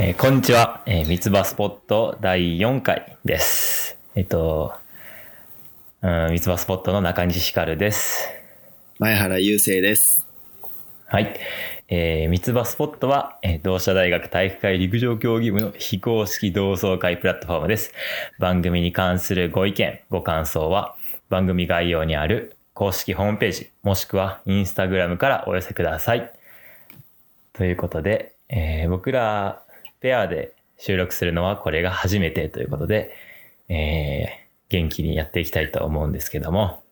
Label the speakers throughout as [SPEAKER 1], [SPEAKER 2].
[SPEAKER 1] えーこんにちは、えー、三つ葉スポット第4回です。えっと、うん、三つ葉スポットの中西ヒカルです。
[SPEAKER 2] 前原雄生です。
[SPEAKER 1] はい。えー、三つ葉スポットは、えー同志社大学体育会陸上競技部の非公式同窓会プラットフォームです。番組に関するご意見、ご感想は、番組概要にある公式ホームページ、もしくはインスタグラムからお寄せください。ということで、えー僕らペアで収録するのはこれが初めてということで、えー元気にやっていきたいと思うんですけども、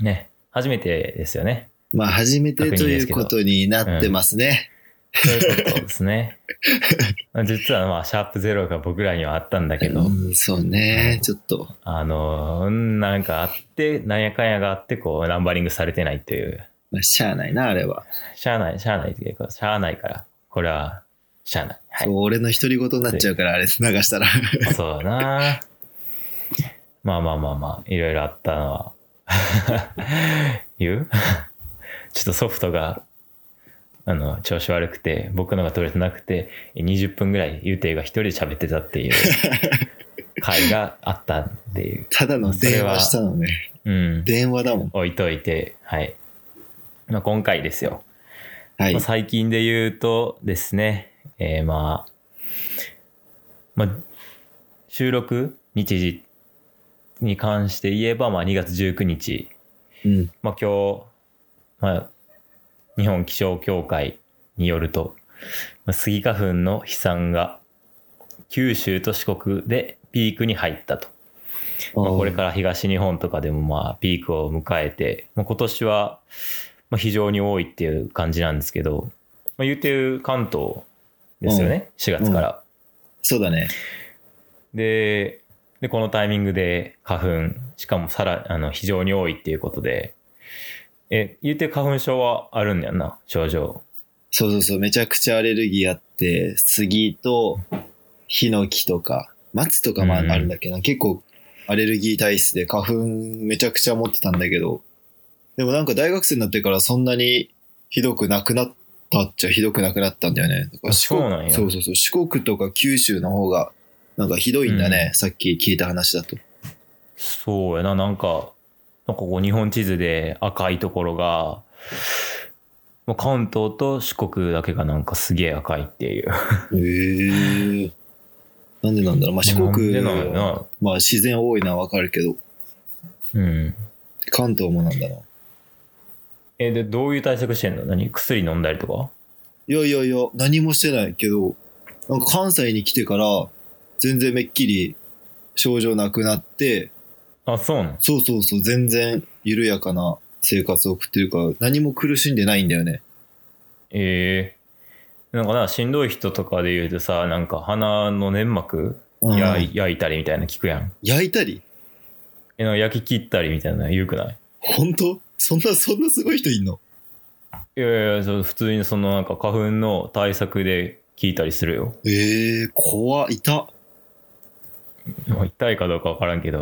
[SPEAKER 1] ね、初めてですよね。
[SPEAKER 2] まあ、初めて
[SPEAKER 1] 確認
[SPEAKER 2] とい
[SPEAKER 1] です
[SPEAKER 2] う
[SPEAKER 1] けど
[SPEAKER 2] ことになってますね。
[SPEAKER 1] そういうことですね。実はまあ、シャープゼロが僕らにはあったんだけ
[SPEAKER 2] う
[SPEAKER 1] ど、
[SPEAKER 2] ん、そうね。ちょっと、
[SPEAKER 1] あの、うんなんかあって、なんやかんやがあって、こう、ナンバリングされてないっていう、
[SPEAKER 2] まあ、しゃあないな、あれは。
[SPEAKER 1] しゃあない、しゃあないっていうか、しゃあないから、これは、しゃあない。はい
[SPEAKER 2] そう。俺の独り言になっちゃうから、あれ流したら。
[SPEAKER 1] そうだな。まあまあまあまあ、いろいろあったのは。 言うちょっとソフトが、あの、調子悪くて、僕のが取れてなくて、20分ぐらい、ゆうていが一人で喋ってたっていう回があったっていう。
[SPEAKER 2] ただの電話したのね。
[SPEAKER 1] うん。
[SPEAKER 2] 電話だもん。
[SPEAKER 1] 置いといて、はい。まあ、今回ですよ。
[SPEAKER 2] はい
[SPEAKER 1] まあ。最近で言うとですね、えーまあ、まあ、収録日時に関して言えば、まあ、2月19日、
[SPEAKER 2] うん。
[SPEAKER 1] まあ、今日、まあ、日本気象協会によると、まあ、スギ花粉の飛散が九州と四国でピークに入ったと。まあ、これから東日本とかでもまあピークを迎えて、まあ、今年はまあ非常に多いっていう感じなんですけど、まあ、言うてる関東ですよね、4月から。
[SPEAKER 2] そうだね。
[SPEAKER 1] でで、このタイミングで花粉、しかもさらあの非常に多いっていうことで、え、言うて花粉症はあるんだよな、症状。
[SPEAKER 2] そうそうそう。めちゃくちゃアレルギーあって、杉と、ヒノキとか、松とかもあ
[SPEAKER 1] うん
[SPEAKER 2] あるんだけど、結構アレルギー体質で花粉めちゃくちゃ持ってたんだけど、でもなんか大学生になってからそんなにひどくなくなったっちゃひどくなくなったんだよね。だから四国
[SPEAKER 1] あそうなんや
[SPEAKER 2] そうそうそう四国とか九州の方がなんかひどいんだね。さっき聞いた話だと。
[SPEAKER 1] そうやな、なんか、なんかこう日本地図で赤いところが、まあ関東と四国だけがなんかすげえ赤いっていう。
[SPEAKER 2] へえ。なんでなんだろう。まあ四国、
[SPEAKER 1] なんでなんやな。
[SPEAKER 2] まあ自然多いのはわかるけど、
[SPEAKER 1] うん。
[SPEAKER 2] 関東もなんだな。
[SPEAKER 1] え、で、どういう対策してんの何薬飲んだりとか
[SPEAKER 2] いやいやいや、何もしてないけど、なんか関西に来てから、全然めっきり症状なくなって、
[SPEAKER 1] あ、そうなん
[SPEAKER 2] そうそうそう、全然緩やかな生活を送ってるから、何も苦しんでないんだよね。
[SPEAKER 1] ええなんかな、しんどい人とかで言うとさ、なんか鼻の粘膜
[SPEAKER 2] うん
[SPEAKER 1] や焼いたりみたいなの聞くやん。
[SPEAKER 2] 焼いたり
[SPEAKER 1] え、なんか焼き切ったりみたいなの言うくない
[SPEAKER 2] 本当そんな、そんなすごい人いんの
[SPEAKER 1] いやいや、そう普通にそのなんか花粉の対策で聞いたりするよ。
[SPEAKER 2] ええー、怖いた。
[SPEAKER 1] まあ痛いかどうかわからんけど、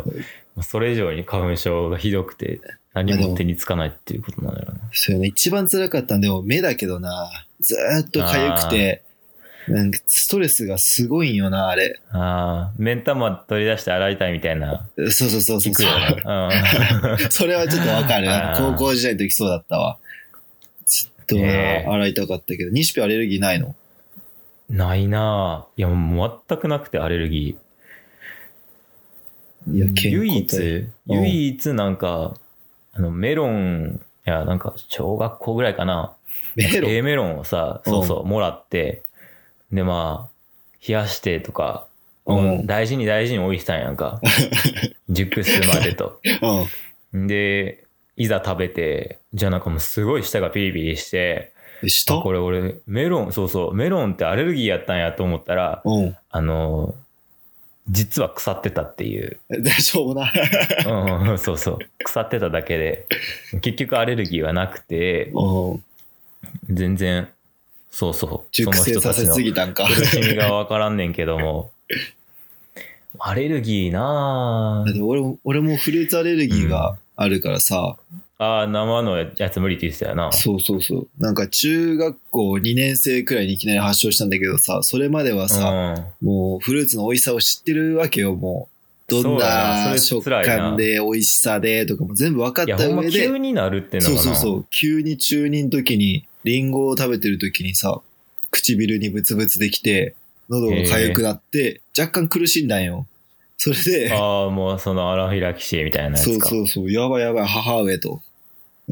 [SPEAKER 1] まあそれ以上に花粉症がひどくて、何も手につかないっていうことなんだろうな。
[SPEAKER 2] そうよね、一番辛かったんでも目だけどな、ずーっと痒くて、なんかストレスがすごいんよな、あれ。
[SPEAKER 1] ああ、目ん玉取り出して洗いたいみたいな、
[SPEAKER 2] そうそうそうそう
[SPEAKER 1] 聞くよね。
[SPEAKER 2] それはちょっとわかる
[SPEAKER 1] あ。ー
[SPEAKER 2] 高校時代の時そうだったわ。ちょっとな、
[SPEAKER 1] ねえ
[SPEAKER 2] 洗いたかったけど、西ピアレルギーないの
[SPEAKER 1] うんないなぁ。いや、もう全くなくてアレルギ
[SPEAKER 2] いや、
[SPEAKER 1] ー。
[SPEAKER 2] 健康
[SPEAKER 1] 唯一、
[SPEAKER 2] 体うん
[SPEAKER 1] 唯一なんか、あの、メロン、いや、なんか、小学校ぐらいかな。
[SPEAKER 2] メロン。
[SPEAKER 1] A メロンをさ、そうそう、もらって、で、まあ、冷やしてとか、
[SPEAKER 2] うん
[SPEAKER 1] 大事に大事に置いてたんやん か。熟するまでと。
[SPEAKER 2] うん。
[SPEAKER 1] で、いざ食べて、じゃあなんかもうすごい舌がピリピリして、
[SPEAKER 2] で
[SPEAKER 1] あ
[SPEAKER 2] 下
[SPEAKER 1] これ俺、メロン、そうそう、メロンってアレルギーやったんやと思ったら、
[SPEAKER 2] うん。
[SPEAKER 1] あの、実は腐ってたっていう。
[SPEAKER 2] でしょうもな。
[SPEAKER 1] うんうん、そうそう。腐ってただけで、結局アレルギーはなくて、
[SPEAKER 2] うん。
[SPEAKER 1] 全然、そうそう。
[SPEAKER 2] 熟成させすぎたんか。
[SPEAKER 1] 苦しみがわからんねんけども。アレルギーな
[SPEAKER 2] だって俺も、俺もフルーツアレルギーがあるからさ、
[SPEAKER 1] あああ、生のやつ無理って言ってたよな。
[SPEAKER 2] そうそうそう。なんか中学校2年生くらいにいきなり発症したんだけどさ、それまではさ、
[SPEAKER 1] う
[SPEAKER 2] もうフルーツの美味しさを知ってるわけよ、もう。どんな
[SPEAKER 1] そう
[SPEAKER 2] 食
[SPEAKER 1] だなそれ辛いな
[SPEAKER 2] 感で美味しさでとかも全部分かっ
[SPEAKER 1] ん。いや、
[SPEAKER 2] た
[SPEAKER 1] ほんま
[SPEAKER 2] 上で
[SPEAKER 1] 急。になるっての
[SPEAKER 2] そう
[SPEAKER 1] がな。
[SPEAKER 2] そうそう。急に中二の時に、リンゴを食べてる時にさ、唇にブツブツできて、喉が痒くなって、若干苦しんだんよ。それで、
[SPEAKER 1] ああ、もうそのアナフィラキシーみたいなや
[SPEAKER 2] そ
[SPEAKER 1] つ
[SPEAKER 2] う
[SPEAKER 1] か。
[SPEAKER 2] そうそう、やばいやばい、母上と。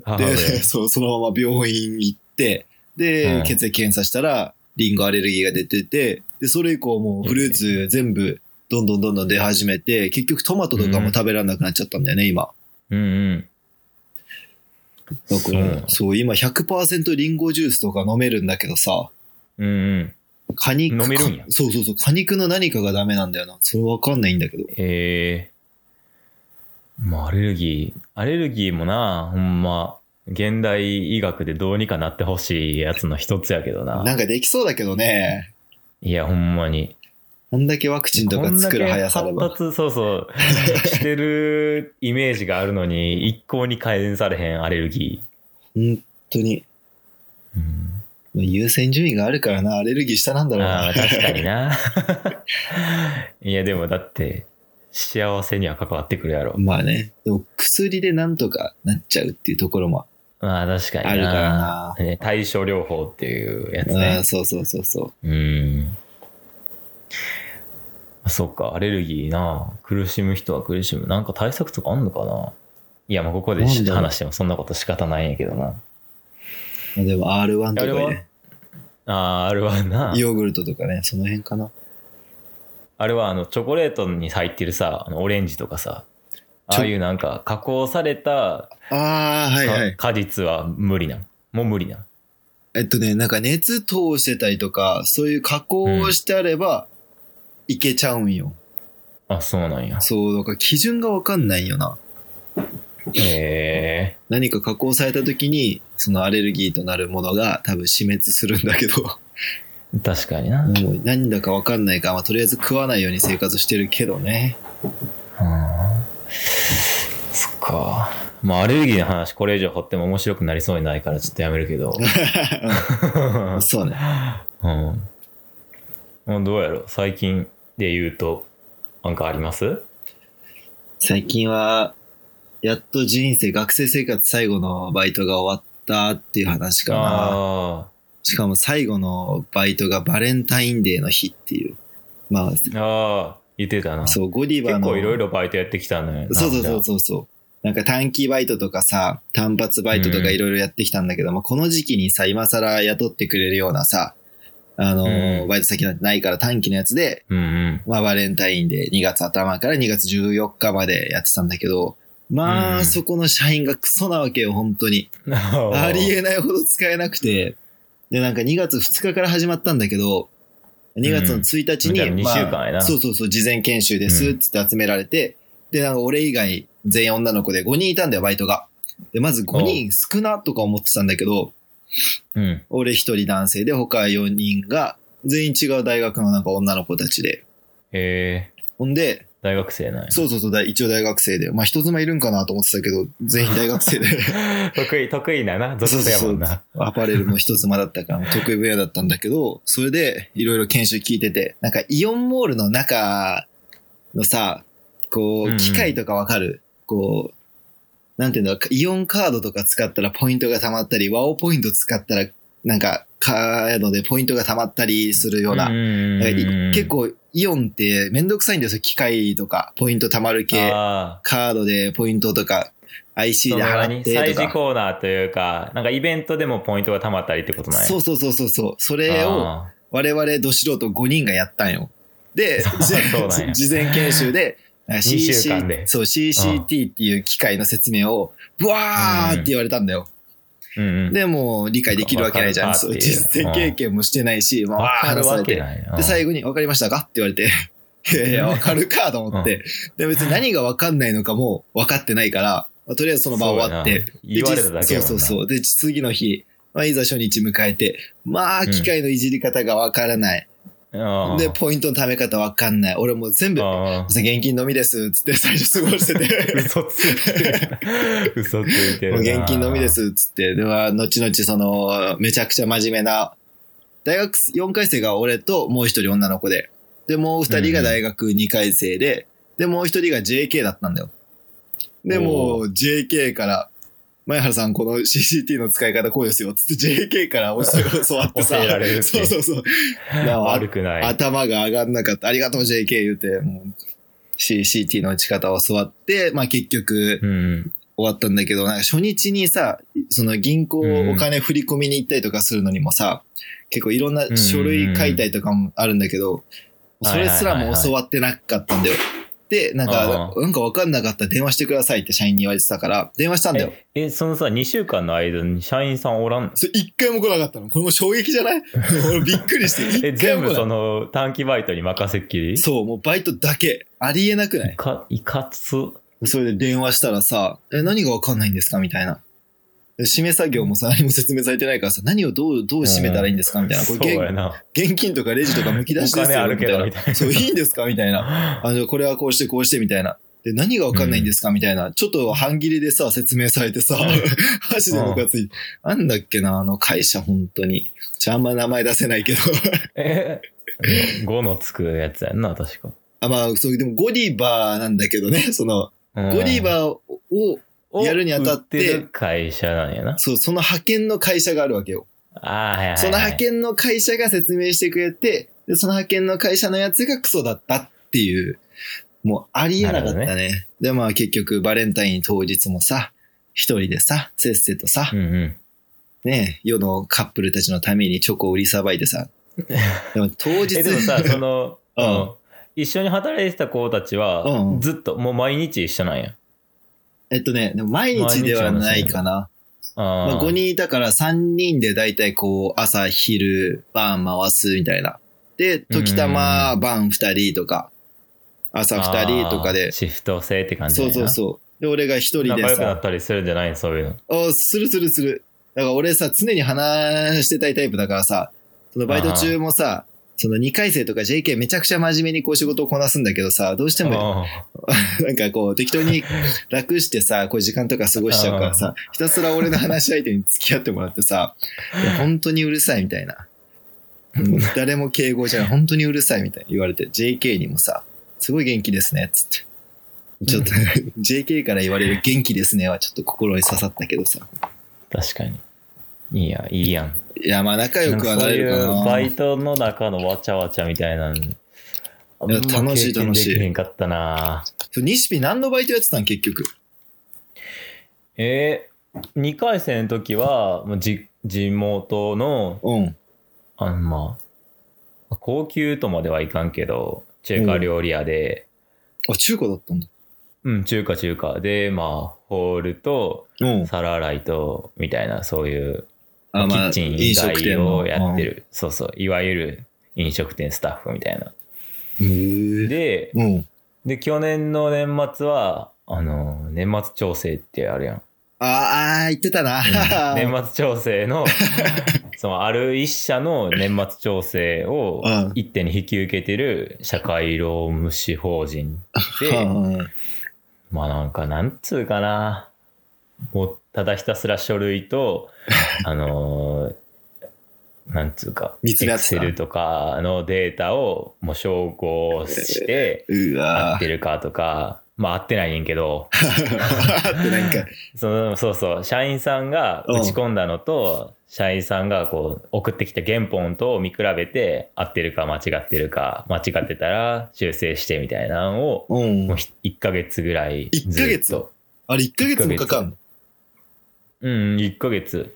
[SPEAKER 1] 母
[SPEAKER 2] で、
[SPEAKER 1] 上。
[SPEAKER 2] そう、そのまま病院行って、で、
[SPEAKER 1] うん
[SPEAKER 2] 血液検査したら、リンゴアレルギーが出てて、で、それ以降もうフルーツ全部、どんどんどんどん出始めて、結局トマトとかも食べられなくなっちゃったんだよね、今。
[SPEAKER 1] うんうん。
[SPEAKER 2] だか
[SPEAKER 1] そう
[SPEAKER 2] ら、そう、今100%リンゴジュースとか飲めるんだけどさ、
[SPEAKER 1] うんうん。
[SPEAKER 2] 果肉。
[SPEAKER 1] 飲めるんや
[SPEAKER 2] かそうそうそう。果肉の何かがダメなんだよな。それわかんないんだけど。
[SPEAKER 1] ええまあ、アレルギー。アレルギーもな、ほんま、現代医学でどうにかなってほしいやつの一つやけどな。
[SPEAKER 2] なんかできそうだけどね。
[SPEAKER 1] いや、ほんまに。
[SPEAKER 2] こんだけワクチンとか作る速さ
[SPEAKER 1] こ
[SPEAKER 2] で
[SPEAKER 1] ん
[SPEAKER 2] ば
[SPEAKER 1] だ。け発達、そうそう、してるイメージがあるのに、一向に改善されへんアレルギ
[SPEAKER 2] 本当に。
[SPEAKER 1] ー。うん
[SPEAKER 2] 優先順位があるからな。アレルギー下なんだろう
[SPEAKER 1] あ
[SPEAKER 2] な
[SPEAKER 1] あ、。確かにな。いや、でもだって、幸せには関わってくるやろ。
[SPEAKER 2] まあね。でも薬でなんとかなっちゃうっていうところも。
[SPEAKER 1] まあ、確かにな。
[SPEAKER 2] あるからな
[SPEAKER 1] ね対症療法っていうやつ
[SPEAKER 2] う
[SPEAKER 1] ね
[SPEAKER 2] ん、。そうそうそうそう。
[SPEAKER 1] うん。そっか、アレルギーな。苦しむ人は苦しむ。なんか対策とかあんのかないや、まあここで
[SPEAKER 2] なんだろう
[SPEAKER 1] 話してもそんなこと仕方ないんやけどな。
[SPEAKER 2] まあでも R1 と
[SPEAKER 1] あ
[SPEAKER 2] か
[SPEAKER 1] れは
[SPEAKER 2] ね。
[SPEAKER 1] ああ、あれはな。
[SPEAKER 2] ヨーグルトとかね。その辺かな。
[SPEAKER 1] あれはあの、チョコレートに入ってるさ、あのオレンジとかさ、
[SPEAKER 2] ち
[SPEAKER 1] あ
[SPEAKER 2] ょ
[SPEAKER 1] あいうなんか加工された
[SPEAKER 2] ああ、はい
[SPEAKER 1] か
[SPEAKER 2] はい。
[SPEAKER 1] 果実は無理なん。もう無理なん。
[SPEAKER 2] えっとね、なんか熱通してたりとか、そういう加工をしてあれば、いけちゃうんよ。
[SPEAKER 1] あ、そうなんや。
[SPEAKER 2] そう、だから基準がわかんないよな。
[SPEAKER 1] へえ。
[SPEAKER 2] 何か加工された時に、そのアレルギーとなるものが多分死滅するんだけど、
[SPEAKER 1] 確かにな。うん
[SPEAKER 2] もう何だかわかんないから、まあ、とりあえず食わないように生活してるけどね。
[SPEAKER 1] そっか。まあ、アレルギーの話、これ以上掘っても面白くなりそうにないから、ちょっとやめるけど。うん
[SPEAKER 2] そうね。
[SPEAKER 1] うん。まあど うやろう最近で言うと、なんかあります
[SPEAKER 2] 最近は、やっと人生、学生生活最後のバイトが終わったっていう話かな。
[SPEAKER 1] あ
[SPEAKER 2] しかも最後のバイトがバレンタインデーの日っていう。まあ、
[SPEAKER 1] あ、ああ、言ってたな。
[SPEAKER 2] そう、ゴディバ
[SPEAKER 1] 結
[SPEAKER 2] の。
[SPEAKER 1] 構いろいろバイトやってきたのよ。
[SPEAKER 2] そうそう
[SPEAKER 1] な
[SPEAKER 2] そ
[SPEAKER 1] ん
[SPEAKER 2] う
[SPEAKER 1] か
[SPEAKER 2] そうそう。なんか短期バイトとかさ、単発バイトとかいろいろやってきたんだけど、まあこの時期にさ、今更雇ってくれるようなさ、あのー
[SPEAKER 1] うん
[SPEAKER 2] バイト先なんてないから短期のやつで、
[SPEAKER 1] うんうん。
[SPEAKER 2] まあバレンタインで2月頭から2月14日までやってたんだけど、まあ、
[SPEAKER 1] うん
[SPEAKER 2] そこの社員がクソなわけよ、本当に。ありえないほど使えなくて。で、なんか2月2日から始まったんだけど、2月の1日に、
[SPEAKER 1] うんじゃあ2週間やな
[SPEAKER 2] そうそうそう、事前研修ですっつって集められて、で、なんか俺以外全員女の子で5人いたんだよ、バイトが。で、まず5人少なとか思ってたんだけど、
[SPEAKER 1] うん。
[SPEAKER 2] 俺1人男性で他4人が全員違う大学のなんか女の子たちで。
[SPEAKER 1] ええ
[SPEAKER 2] ほんで、
[SPEAKER 1] 大学生なんや。
[SPEAKER 2] そうそうそう、だ一応大学生で。まあ人妻いるんかなと思ってたけど、全員大学生で。
[SPEAKER 1] 得意、得意なな、属性やもんな。
[SPEAKER 2] そうそうそうアパレルも一つ間だったから、 得意分野だったんだけど、それでいろいろ研修聞いてて、なんかイオンモールの中のさ、こ
[SPEAKER 1] うんう
[SPEAKER 2] う、
[SPEAKER 1] ん
[SPEAKER 2] 機械とかわかる、こう、なんていうんだろう、イオンカードとか使ったらポイントが貯まったり、ワオポイント使ったら、なんか、カードでポイントが貯まったりするような。
[SPEAKER 1] んん
[SPEAKER 2] なんかい
[SPEAKER 1] うんうん
[SPEAKER 2] 結、構、イオンってめんどくさいんですよ、機械とか、ポイント貯まる系。
[SPEAKER 1] ああ
[SPEAKER 2] カードでポイントとか、IC
[SPEAKER 1] そ
[SPEAKER 2] で
[SPEAKER 1] の
[SPEAKER 2] 払
[SPEAKER 1] 何
[SPEAKER 2] ってとか。
[SPEAKER 1] 催事コーナーというか、なんかイベントでもポイントがたまったりってことなんや。、
[SPEAKER 2] そううそうそうそうそう。それを
[SPEAKER 1] あ
[SPEAKER 2] 我々ど素人5人がやったんよ。 で、
[SPEAKER 1] そうなんや
[SPEAKER 2] 事前研修で、なんか CC
[SPEAKER 1] 二週間で
[SPEAKER 2] そう、CCT っていう機械の説明を、ブワーって言われたんだよ。
[SPEAKER 1] ー。うんうん、
[SPEAKER 2] で、もう理解できるわけないじゃん。
[SPEAKER 1] わか
[SPEAKER 2] そ
[SPEAKER 1] る
[SPEAKER 2] う
[SPEAKER 1] かっていう
[SPEAKER 2] 実践経験もしてないし、まあ、
[SPEAKER 1] わ
[SPEAKER 2] わ
[SPEAKER 1] か
[SPEAKER 2] ー
[SPEAKER 1] る
[SPEAKER 2] 話さ
[SPEAKER 1] わ
[SPEAKER 2] れ
[SPEAKER 1] け
[SPEAKER 2] て。
[SPEAKER 1] ない。
[SPEAKER 2] で、最
[SPEAKER 1] 後、
[SPEAKER 2] 後に分かりましたかって言われて、 いやいや、分かるかと思って。で、別に何が分かんないのかも分かってないから、まあとりあえずその場終わっ
[SPEAKER 1] そうや
[SPEAKER 2] て
[SPEAKER 1] な、言われただけやもんな
[SPEAKER 2] そうそうそう。で、次の日、まあ、いざ初日迎えて、まあ、機械のいじり方がわからない。
[SPEAKER 1] ああ
[SPEAKER 2] で、ポイントの貯め方わかんない。俺もう全部、
[SPEAKER 1] ああ
[SPEAKER 2] 現金のみです。つって最初過ごしてて。
[SPEAKER 1] 嘘ついてる。嘘ついてる
[SPEAKER 2] も
[SPEAKER 1] な。
[SPEAKER 2] う現金のみで。す。つって。では、後々その、めちゃくちゃ真面目な、大学4回生が俺ともう一人女の子で。で、もう二人が大学2回生で、で、もう一人が JK だったんだよ。で、もう JK から、前原さんこの CCT の使い方こうですよ。つって JK から教え教わってさ。
[SPEAKER 1] 教えられるって
[SPEAKER 2] そうそうそう。
[SPEAKER 1] 悪くない。
[SPEAKER 2] 頭が上がんなかった。ありがとう JK 言うて、もう CCT の打ち方を教わって、まあ結局
[SPEAKER 1] うん。
[SPEAKER 2] 終わったんだけど、なんか初日にさ、その銀行お金振り込みに行ったりとかするのにもさ、結構いろんな書類書いたりとかもあるんだけど、
[SPEAKER 1] うん
[SPEAKER 2] それすら
[SPEAKER 1] はいはい
[SPEAKER 2] も
[SPEAKER 1] はいはい
[SPEAKER 2] 教わってなかったんだよ。で、なんか
[SPEAKER 1] あ、
[SPEAKER 2] なんかわかんなかったら電話してくださいって社員に言われてたから、電話したんだよ。
[SPEAKER 1] え、そのさ、2週間の間に社員さんおらんの
[SPEAKER 2] それ一回も来なかったの。これも衝撃じゃ ない俺びっくりして。
[SPEAKER 1] え、
[SPEAKER 2] 一回
[SPEAKER 1] 全部
[SPEAKER 2] も来な
[SPEAKER 1] そ
[SPEAKER 2] い。
[SPEAKER 1] の短期バイトに任せっきり
[SPEAKER 2] そう、もうバイトだけ。ありえなくない
[SPEAKER 1] か、いかつ。
[SPEAKER 2] それで電話したらさ、え、何がわかんないんですかみたいな。で締め作業もさ、何も説明されてないからさ、何をどう、どう締めたらいいんですかみたいな。こ
[SPEAKER 1] そう
[SPEAKER 2] れ
[SPEAKER 1] やな。
[SPEAKER 2] 現現金とかレジとかむき出しで
[SPEAKER 1] お
[SPEAKER 2] す
[SPEAKER 1] 金あ
[SPEAKER 2] よ、
[SPEAKER 1] る
[SPEAKER 2] み
[SPEAKER 1] け
[SPEAKER 2] たい
[SPEAKER 1] ど
[SPEAKER 2] な。
[SPEAKER 1] みたいな
[SPEAKER 2] そう、いいんですかみたいな。あの、これはこうして、こうして、みたいな。で、何がわかんないんですかみたいな。ちょっと半切れでさ、説明されてさ、箸でムカついて。なんだっけな、あの会社、本当に。じゃあ、あんま名前出せないけど。
[SPEAKER 1] え、5の つくやつやんな、確か。
[SPEAKER 2] あ、まあ、そう、でも、ゴディバーなんだけどね、その、
[SPEAKER 1] うん
[SPEAKER 2] ゴディバーを、
[SPEAKER 1] を
[SPEAKER 2] やるにあたって
[SPEAKER 1] 売る会社なんやな。
[SPEAKER 2] そう、その派遣の会社があるわけよ。
[SPEAKER 1] ああ、はいはい、はい。
[SPEAKER 2] その派遣の会社が説明してくれて、でその派遣の会社のやつがクソだったっていう、もうありえなかった
[SPEAKER 1] なる
[SPEAKER 2] ね。
[SPEAKER 1] ほ
[SPEAKER 2] で、まあ結局バレンタイン当日もさ、一人でさ、せっせとさ、
[SPEAKER 1] うんうん。
[SPEAKER 2] ね、世のカップルたちのためにチョコを売りさばいて さ、でも当日、
[SPEAKER 1] えでもさその、
[SPEAKER 2] うん
[SPEAKER 1] うん一緒に働いてた子たちは、
[SPEAKER 2] うん
[SPEAKER 1] ずっともう毎日一緒なんや
[SPEAKER 2] えっとね、でも毎日ではないかな。
[SPEAKER 1] あー
[SPEAKER 2] まあ、5人いたから3人でだいたいこう朝昼晩回すみたいな。で、時たま晩2人とか、朝2人とか
[SPEAKER 1] あー
[SPEAKER 2] で。
[SPEAKER 1] シフト制って感じ
[SPEAKER 2] そ
[SPEAKER 1] なんや
[SPEAKER 2] うそう
[SPEAKER 1] な
[SPEAKER 2] そう。で、俺が1人で
[SPEAKER 1] 仲良くな
[SPEAKER 2] さ
[SPEAKER 1] っ、たりするんじゃないのそういうの
[SPEAKER 2] あするするする。だから俺さ、常に話してたいタイプだからさ、そのバイト中もさ、その2回生とか JK めちゃくちゃ真面目にこう仕事をこなすんだけどさ、どうしても
[SPEAKER 1] あ
[SPEAKER 2] なんかこう適 当に楽してさ、こういう時間とか過ごしちゃうからさ、ひたすら俺の話し相手に付き合ってもらっ てさ、いや本当にうるさいみたいな。うん誰も敬語じゃない、本当にうるさいみたいに言われて、JK にもさ、すごい元気ですね、つって。ちょっと、JK から言われる元気ですねはちょっと心に刺さったけどさ。
[SPEAKER 1] ー確かにいいやいいやん
[SPEAKER 2] いや、まあ仲良くはなれるか
[SPEAKER 1] んかそういうバ
[SPEAKER 2] な。
[SPEAKER 1] イトの中のわちゃわちゃみたいなのあんま
[SPEAKER 2] 楽しい
[SPEAKER 1] 経験
[SPEAKER 2] 楽しい
[SPEAKER 1] できへんかったな
[SPEAKER 2] そう西日何のバイトやってたん結局。
[SPEAKER 1] えー、2回生の時はもうじ地元の
[SPEAKER 2] うん。
[SPEAKER 1] あの、まあ、高級とまではいかんけど、中華料理屋で、
[SPEAKER 2] あ、中古だったんだ。
[SPEAKER 1] うん、中華中華で、まあ、ホールと、
[SPEAKER 2] うん。
[SPEAKER 1] 皿洗いと、みたいな、そういう、
[SPEAKER 2] あ、
[SPEAKER 1] キ
[SPEAKER 2] まあ、
[SPEAKER 1] ッチン以
[SPEAKER 2] 飲食
[SPEAKER 1] 外
[SPEAKER 2] 店の
[SPEAKER 1] をやって。る。そうそう、いわゆる飲食店スタッフみたいな。
[SPEAKER 2] うんへえ。
[SPEAKER 1] で、
[SPEAKER 2] うん。
[SPEAKER 1] で、去年の年末は、あの、年末調整ってあるやん。
[SPEAKER 2] あーあー、言ってたな。
[SPEAKER 1] うん年末調整 の、その、ある一社の年末調整を
[SPEAKER 2] うん
[SPEAKER 1] 一手に引き受けてる社会労務士法人で、
[SPEAKER 2] うん
[SPEAKER 1] まあなんか、なんつうかな。もう、ただひたすら書類 と、あのーなんつうか、
[SPEAKER 2] 見つめ
[SPEAKER 1] エ
[SPEAKER 2] 合っ
[SPEAKER 1] ク
[SPEAKER 2] てた
[SPEAKER 1] セルとかのデータをもう照合して、
[SPEAKER 2] う
[SPEAKER 1] 合
[SPEAKER 2] わ
[SPEAKER 1] っ
[SPEAKER 2] ー
[SPEAKER 1] てるかとか、まあ合ってないねんけど、
[SPEAKER 2] ってなんか、
[SPEAKER 1] そのそうそう、社員さんが打ち込んだのと、社員さんがこう送ってきた原本と見比べて、合ってるか間違ってるか、間違ってたら修正してみたいなのを、
[SPEAKER 2] うん
[SPEAKER 1] もう。1ヶ月ぐらいずっと。
[SPEAKER 2] 一ヶ月あれ1ヶ月もかかんの
[SPEAKER 1] うん、1ヶ月。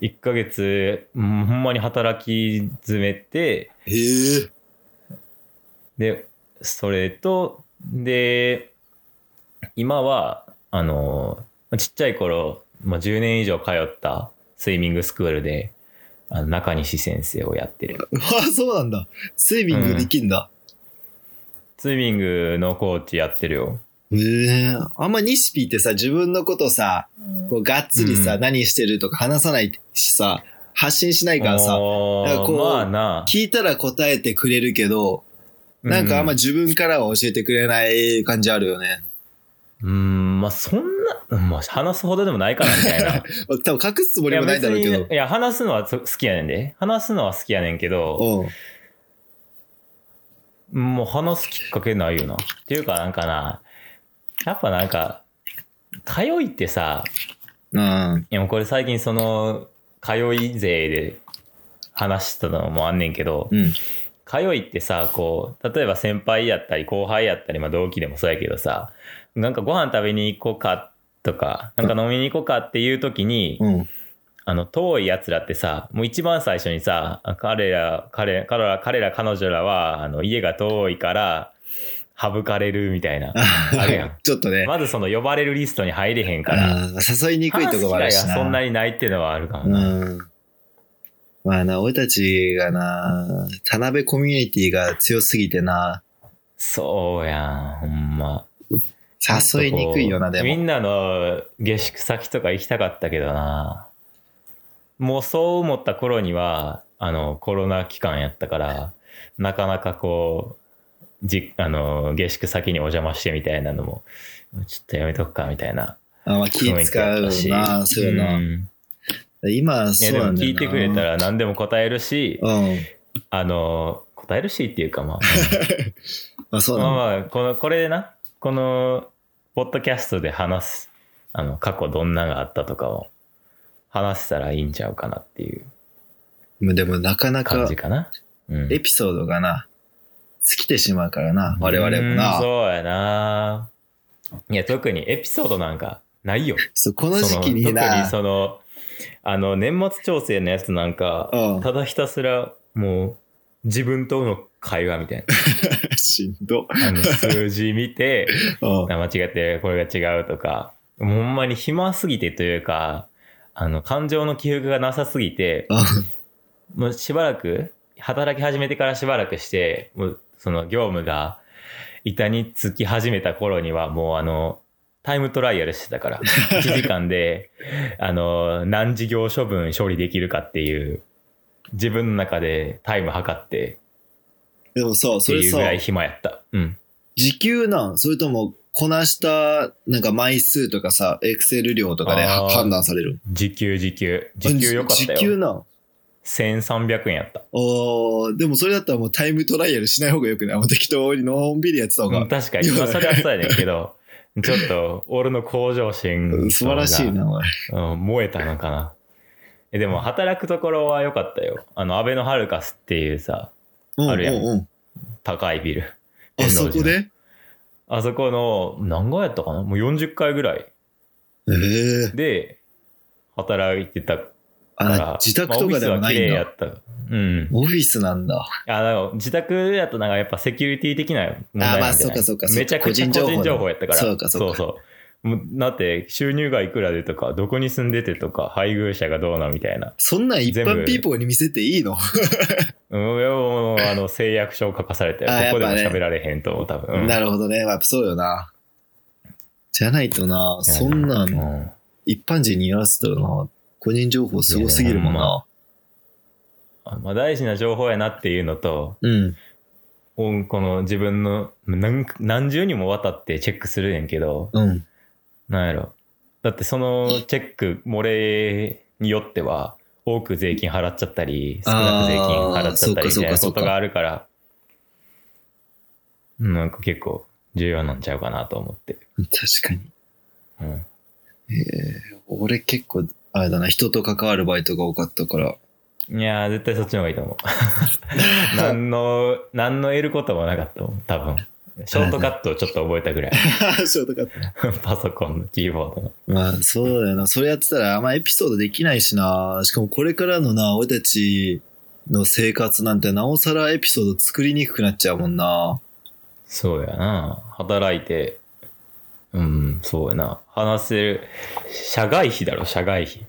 [SPEAKER 1] 1ヶ月、うんほんまに働き詰めて、
[SPEAKER 2] へえ。
[SPEAKER 1] で、それと、で、今は、あの、ちっちゃい頃、まあ、10年以上通ったスイミングスクールで、あの中西先生をやってる。
[SPEAKER 2] うわーそうなんだ。スイミングできんだ。
[SPEAKER 1] スイミングのコーチやってるよ。
[SPEAKER 2] へえ。あんま西ピーってさ、自分のことさ、こうがっつりさ、
[SPEAKER 1] うん
[SPEAKER 2] 何してるとか話さないしさ、発信しないからさ、
[SPEAKER 1] おー
[SPEAKER 2] だからこう
[SPEAKER 1] まあな。
[SPEAKER 2] 聞いたら答えてくれるけど、なんかあんま自分からは教えてくれない感じあるよね。
[SPEAKER 1] うん、うんまあそんな、まあ、話すほどでもないかなみたい な。
[SPEAKER 2] 多分隠すつもりもないんだろうけ
[SPEAKER 1] いや
[SPEAKER 2] ど
[SPEAKER 1] 別。にいや、話すのはそ好きやねんで。話すのは好きやねんけど、
[SPEAKER 2] うん。
[SPEAKER 1] もう話すきっかけないよな。っていうか、なんかな、やっぱなんか、通いってさ、
[SPEAKER 2] うん。
[SPEAKER 1] いやもうこれ最近その、通い勢で話したのもあんねんけど、
[SPEAKER 2] うん。
[SPEAKER 1] 通いってさ、こう、例えば先輩やったり後輩やったり、まあ同期でもそうやけどさ、なんかご飯食べに行こうかとか、なんか飲みに行こうかっていう時に、
[SPEAKER 2] うん。
[SPEAKER 1] あの、遠い奴らってさ、もう一番最初にさ、彼ら、彼彼ら、彼ら、彼女らは、あの、家が遠いから、省かれるみたいな。あるやん
[SPEAKER 2] ちょっとね、
[SPEAKER 1] まずその呼ばれるリストに入れへんから。
[SPEAKER 2] あー誘いにくいとこもある
[SPEAKER 1] 話す
[SPEAKER 2] し
[SPEAKER 1] 機
[SPEAKER 2] な。
[SPEAKER 1] 会がそんなにないっていうのはあるかもな。
[SPEAKER 2] うん。まあな、俺たちがな、田辺コミュニティが強すぎてな、
[SPEAKER 1] そうやん、ほんま。
[SPEAKER 2] 誘いにくいよな、で
[SPEAKER 1] み
[SPEAKER 2] も。
[SPEAKER 1] んなの下宿先とか行きたかったけどな。もうそう思った頃には、あの、コロナ期間やったから、なかなかこう、じあの下宿先にお邪魔してみたいなのも、ちょっとやめとくかみたいな。
[SPEAKER 2] あまあ、気使うよな、そうよな。
[SPEAKER 1] ん
[SPEAKER 2] 今、
[SPEAKER 1] いや
[SPEAKER 2] そう
[SPEAKER 1] でも
[SPEAKER 2] なんだよ
[SPEAKER 1] 聞
[SPEAKER 2] な。
[SPEAKER 1] いてくれたら何でも答えるし、
[SPEAKER 2] うん。
[SPEAKER 1] あの、答えるしっていうかまあ、
[SPEAKER 2] まあそう
[SPEAKER 1] まあ
[SPEAKER 2] なんだ。
[SPEAKER 1] まあ、この、これでな、この、ポッドキャストで話す、あの、過去どんながあったとかを、話せたらいいんちゃうかなっていう
[SPEAKER 2] でもなかな
[SPEAKER 1] 感
[SPEAKER 2] か
[SPEAKER 1] じ、かな。うん。
[SPEAKER 2] エピソードがな、尽きてしまうからな、我々も
[SPEAKER 1] うん
[SPEAKER 2] な。
[SPEAKER 1] そうやな。いや、特にエピソードなんか、ないよ。
[SPEAKER 2] そう、この
[SPEAKER 1] そ
[SPEAKER 2] 時期に
[SPEAKER 1] 特に
[SPEAKER 2] な、
[SPEAKER 1] その、あの、年末調整のやつなんか、
[SPEAKER 2] うん
[SPEAKER 1] ただひたすら、もう、自分との会話みたい
[SPEAKER 2] しん ど。
[SPEAKER 1] な。あの、数字見て、
[SPEAKER 2] うん
[SPEAKER 1] あ間違ってるこれが違うとか、ほんまに暇すぎてというか、あの、感情の起伏がなさすぎて、もうしばらく、働き始めてからしばらくして、もうその業務が板につき始めた頃には、もうあの、タイムトライアルしてた から、1時間で、あの、何事業処分処理できるかっていう、自分の中でタイム測って
[SPEAKER 2] でもそう、
[SPEAKER 1] って
[SPEAKER 2] それ
[SPEAKER 1] いう
[SPEAKER 2] さ
[SPEAKER 1] ぐ、らい暇やった。うん。
[SPEAKER 2] 時給なんそれとも、こなした、なんか枚数とかさ、エクセル量とかで
[SPEAKER 1] あー
[SPEAKER 2] 判断される。
[SPEAKER 1] 時給、時給。時給良かった
[SPEAKER 2] 時給
[SPEAKER 1] よ。
[SPEAKER 2] なん
[SPEAKER 1] 1300円やった。
[SPEAKER 2] おーでもそれだったらもうタイムトライアルしない方がよくないもう適当にのんびりやってた方
[SPEAKER 1] う
[SPEAKER 2] が
[SPEAKER 1] ん。確かに。まあ、それはそうやねんけ ど、ちょっと、俺の向上心
[SPEAKER 2] う
[SPEAKER 1] が
[SPEAKER 2] ん素晴らしいな、おい。
[SPEAKER 1] うん、燃えたのかな。えでも、働くところは良かったよ。あの、アベノハルカスっていうさ、
[SPEAKER 2] うん
[SPEAKER 1] あるやん
[SPEAKER 2] うんうん。
[SPEAKER 1] 高いビル。
[SPEAKER 2] あそこで
[SPEAKER 1] あそこの、何階やったかなもう40階ぐらい
[SPEAKER 2] ええ
[SPEAKER 1] で、働いてたか
[SPEAKER 2] あ
[SPEAKER 1] ら。、
[SPEAKER 2] 自宅とかでも
[SPEAKER 1] まあオフィスは
[SPEAKER 2] な
[SPEAKER 1] 綺
[SPEAKER 2] いん
[SPEAKER 1] 麗や
[SPEAKER 2] だ。
[SPEAKER 1] った。うん。
[SPEAKER 2] オフィスなんだ。
[SPEAKER 1] あの自宅だとなんかやっぱセキュリティ的な問題なんじゃない
[SPEAKER 2] あまあそうかそうかそうか
[SPEAKER 1] めちゃくちゃ個
[SPEAKER 2] 個人情報
[SPEAKER 1] 人情報やったから。
[SPEAKER 2] そうかそうか
[SPEAKER 1] そうそうもうだって収入がいくらでとか、どこに住んでてとか、配偶者がどうなみたいな。
[SPEAKER 2] そんなん一
[SPEAKER 1] 全
[SPEAKER 2] 般
[SPEAKER 1] 部
[SPEAKER 2] ピーポーに見せていいの
[SPEAKER 1] うん、いやもうあの誓約書を書かされて、こ
[SPEAKER 2] あやっ
[SPEAKER 1] こ
[SPEAKER 2] ぱ
[SPEAKER 1] でも
[SPEAKER 2] ね
[SPEAKER 1] 喋られへんと思う、多分。うん
[SPEAKER 2] なるほどね。まあそうよな。じゃないとな、そんな
[SPEAKER 1] う
[SPEAKER 2] の、
[SPEAKER 1] ん
[SPEAKER 2] 一般人にやらせたらな、個人情報すごすぎるもん
[SPEAKER 1] いや
[SPEAKER 2] な。
[SPEAKER 1] あまあ、大事な情報やなっていうのと、
[SPEAKER 2] うん。
[SPEAKER 1] うんこの自分の何何重にもわたってチェックするねんけど、
[SPEAKER 2] うん。
[SPEAKER 1] なんやろ。だってそのチェック漏れによっては、多く税金払っちゃったり、少なく税金払っちゃった
[SPEAKER 2] あー
[SPEAKER 1] りみたい
[SPEAKER 2] そうかそうか
[SPEAKER 1] な
[SPEAKER 2] そ
[SPEAKER 1] こ
[SPEAKER 2] うか
[SPEAKER 1] とがあるから、うんなんか結構重要なんちゃうかなと思って。
[SPEAKER 2] 確かに。
[SPEAKER 1] うん、
[SPEAKER 2] 俺結構、あれだな、人と関わるバイトが多かったから。
[SPEAKER 1] いやー、絶対そっちの方がいいと思う。何の、何の得ることもなかったもん、多分。ショートカットをちょっと覚えた ぐらい。
[SPEAKER 2] そうとか。
[SPEAKER 1] パソコンのキーボードの。
[SPEAKER 2] まあ、そうだよな。それやってたら、あんまエピソードできないしな。しかもこれからのな、俺たちの生活なんて、なおさらエピソード作りにくくなっちゃうもんな。
[SPEAKER 1] そうやな。働いて、うん、そうやな。話せる、社外費だろ、社外費。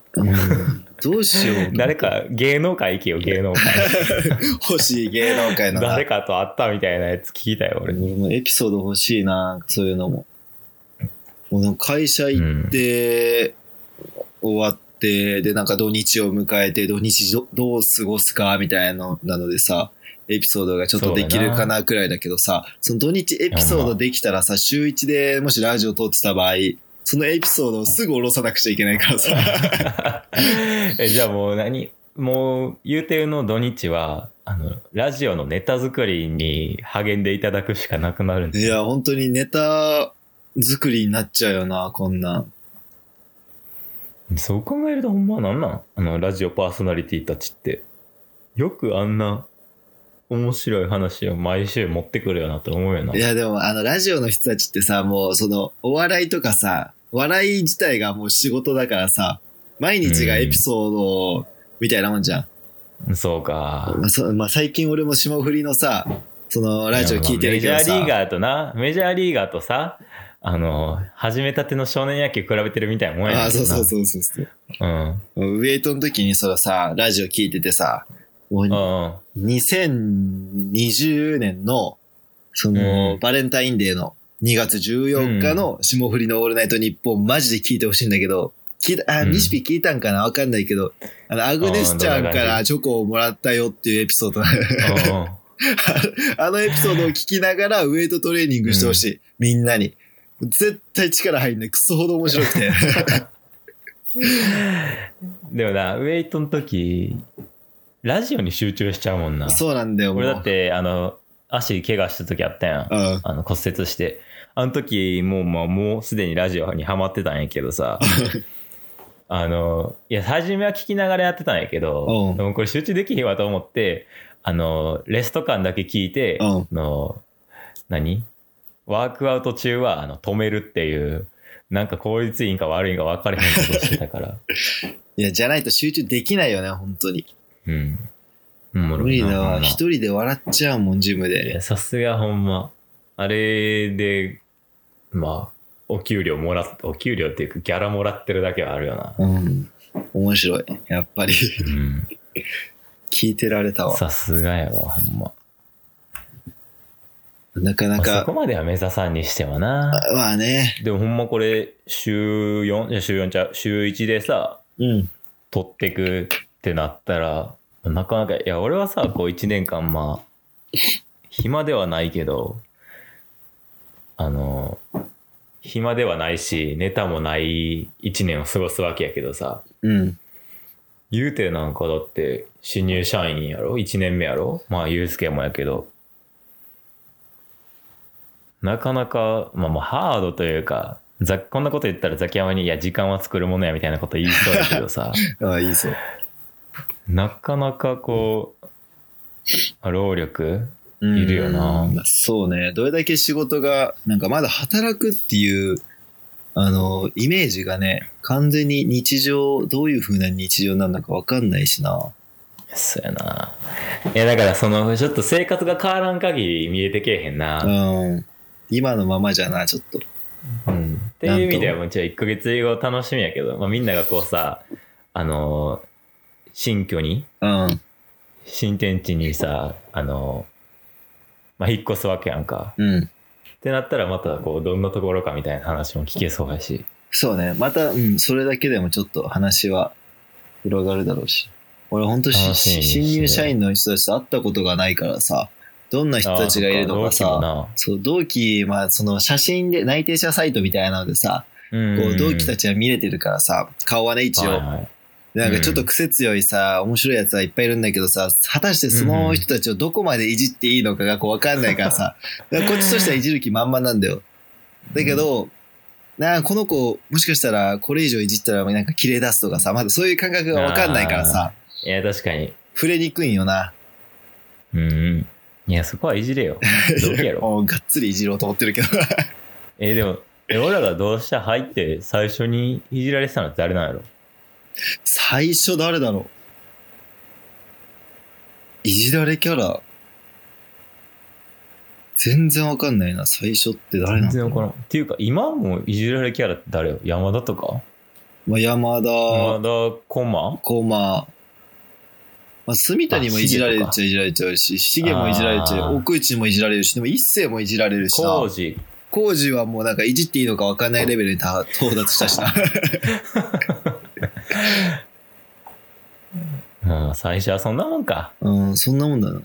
[SPEAKER 2] どうしよ う。
[SPEAKER 1] 誰か、芸能界行けよ、芸能界。
[SPEAKER 2] 欲しい芸能界のな。
[SPEAKER 1] 誰かと会ったみたいなやつ聞きたい、俺。
[SPEAKER 2] 俺もエピソード欲しいな、そういうのも。もう会社行って、終わっって、で、なんか土日を迎えて、土日どどう過ごすか、みたいなのなのでさ、エピソードがちょっとできるかなくらいだけどさ、その土日エピソードできたらさ、週1でもしラジオ撮ってた場合、そのエピソードをすぐ下ろさなくちゃいけないからさ。
[SPEAKER 1] えじゃあもう何もう言うての土日はあのラジオのネタ作りに励んでいただくしかなくなるん
[SPEAKER 2] い
[SPEAKER 1] で
[SPEAKER 2] や、本当にネタ作りになっちゃうよな、こんなん。
[SPEAKER 1] そう考えるとほんまなんなんあのラジオパーソナリティたちってよくあんな面白い話を毎週持ってくるよなと思うよない
[SPEAKER 2] や、でも、あの、ラジオの人たちってさ、もう、その、お笑いとかさ、笑い自体がもう仕事だからさ、毎日がエピソードみたいなもんじゃん。
[SPEAKER 1] そうか
[SPEAKER 2] まあ、そまあ、最近俺も霜降りのさ、その、ラジオ聞いてるけど
[SPEAKER 1] メジャーリー
[SPEAKER 2] さ、
[SPEAKER 1] ガーとなメジャーリーガーとさあの始めたての少年野球比べてるみたいなもんやねん
[SPEAKER 2] あ
[SPEAKER 1] な
[SPEAKER 2] あ、そうそうそうそうそう。
[SPEAKER 1] うん
[SPEAKER 2] ウェイトの時にそのさ、ラジオ聞いててさ、もう
[SPEAKER 1] うん
[SPEAKER 2] 2020年の、その、
[SPEAKER 1] うん
[SPEAKER 2] バレンタインデーの2月14日の霜降りのオールナイト日本、マジで聞いてほしいんだけど、聞いた、あ、
[SPEAKER 1] うん
[SPEAKER 2] 西ピ聞いたんかなわかんないけど、あの、アグネスちゃんからチョコをもらったよっていうエピソード、
[SPEAKER 1] うんうん
[SPEAKER 2] あのエピソードを聞きながらウェイトトレーニングしてほしい。みんなに。絶対力入んない。クソほど面白くて。
[SPEAKER 1] でもな、ウェイトの時、ラジオに集中しちゃうもんな。
[SPEAKER 2] そうなんだよ、もう。
[SPEAKER 1] 俺だって、あの、足怪我した時あったやん。
[SPEAKER 2] うん。
[SPEAKER 1] あの骨折して。あの時、もう、まあ、もうすでにラジオにハマってたんやけどさ。 あの、いや、初めは聞きながらやってたんやけ
[SPEAKER 2] う
[SPEAKER 1] ど
[SPEAKER 2] ん、
[SPEAKER 1] でもこれ集中できへんわと思って、あの、レスト感だけ聞いて、
[SPEAKER 2] うん
[SPEAKER 1] の、何ワークアウト中は、あの、止めるっていう、なんか効率いいんか悪いんか分かれへんことしてた から。
[SPEAKER 2] いや、じゃないと集中できないよね、本当に。
[SPEAKER 1] うん。無
[SPEAKER 2] 無理だわ。
[SPEAKER 1] い
[SPEAKER 2] 一人で笑っちゃうもん、ジムで。
[SPEAKER 1] や、さすがほんま。あれで、まあ、お給料もらっ、お給料っていうかギャラもらってるだけはあるよな。
[SPEAKER 2] うん。面白い。やっぱり、
[SPEAKER 1] うん。
[SPEAKER 2] 聞いてられたわ。
[SPEAKER 1] さすがやわ、ほんま。
[SPEAKER 2] なかな
[SPEAKER 1] まあそこ
[SPEAKER 2] か、
[SPEAKER 1] までは目指さんにしてはな。
[SPEAKER 2] まあね。
[SPEAKER 1] でもほんまこれ、週 4? いや週4ちゃう週1でさ、
[SPEAKER 2] うん。
[SPEAKER 1] 取ってくってなったら、なかなか、いや、俺はさ、こう1年間、まあ、暇ではないけど、あの、暇ではないし、ネタもない1年を過ごすわけやけどさ、
[SPEAKER 2] うん。
[SPEAKER 1] 言うてなんかだって、新入社員やろ ?1 年目やろまあ、ゆうすけもやけど、なかなか、まあまあ、ハードというか、ざこんなこと言ったらザキヤマに、いや、時間は作るものや、みたいなこと言いそうやけどさ。
[SPEAKER 2] ああ、いいぞ。
[SPEAKER 1] なかなかこう、 あ労力
[SPEAKER 2] うん
[SPEAKER 1] いるよな
[SPEAKER 2] まあそうね。どれだけ仕事が、なんかまだ働くっていう、あの、イメージがね、完全に日常、どういう風な日常なのかわかんないしな。
[SPEAKER 1] そうやな。いや、だからその、ちょっと生活が変わらん限り見えてけえへん
[SPEAKER 2] う
[SPEAKER 1] な。
[SPEAKER 2] ん。今のままじゃな、ちょっと。
[SPEAKER 1] うん。っていう意味ではもちろん1ヶ月後楽しみやけど、まあみんながこうさ、あの、新居に、
[SPEAKER 2] うん。
[SPEAKER 1] 新天地にさ、あの、まあ引っ越すわけやんか。
[SPEAKER 2] うん。
[SPEAKER 1] ってなったらまたこう、どんなところかみたいな話も聞けそうやし。
[SPEAKER 2] そうね。また、うん、それだけでもちょっと話は広がるだろうし。俺ほんと
[SPEAKER 1] 楽しみ
[SPEAKER 2] し
[SPEAKER 1] にして
[SPEAKER 2] 新
[SPEAKER 1] る
[SPEAKER 2] 入社員の人たちと会ったことがないからさ、どんな人たちがいるのか
[SPEAKER 1] あーそっ
[SPEAKER 2] さ、そう、同期、まあ、その写真で、内定者サイトみたいなのでさ、
[SPEAKER 1] 同期もな。
[SPEAKER 2] こう、同期た
[SPEAKER 1] ち
[SPEAKER 2] ちは見れてるからさ、顔はね、一応、なんかちょっと癖強いさ、面白いやつはいっぱいいるんだけどさ、果たしてその人たちをどこまでいじっていいのかがこうわかんないからさ、だからこっちとしてはいじる気満々なんだよ。だけど、なあこの子、もしかしたらこれ以上いじったらなんか綺麗出すとかさ、まだそういう感覚がわかんないからさ、
[SPEAKER 1] いや、確かに。
[SPEAKER 2] 触れにくいんよな。
[SPEAKER 1] うんうん。いや、そこはいじれよ。 どうやろ。
[SPEAKER 2] もうがっつりいじろうと思ってるけど。
[SPEAKER 1] え、でも、え俺らがどうして入って最初にいじられてたのって誰なんやろ
[SPEAKER 2] 最初誰だろういじられキャラ全然わかんないな。最初って誰な
[SPEAKER 1] 全
[SPEAKER 2] の
[SPEAKER 1] 然わからん。っていうか、今もいじられキャラって誰よ山田とか
[SPEAKER 2] まあ、山田、
[SPEAKER 1] 山田コマ
[SPEAKER 2] コマ、まあ、住谷もいじられちゃいじられちゃうし、シゲもいじられちゃ
[SPEAKER 1] あ
[SPEAKER 2] う、
[SPEAKER 1] ー
[SPEAKER 2] 奥内もいじられるし、でも一世もいじられるしな
[SPEAKER 1] 浩。二
[SPEAKER 2] 工事はもうなんかいじっていいのかわかんないレベルに到達したしな。
[SPEAKER 1] うん、最初はそんなもんか。
[SPEAKER 2] うん、そんなもんだな。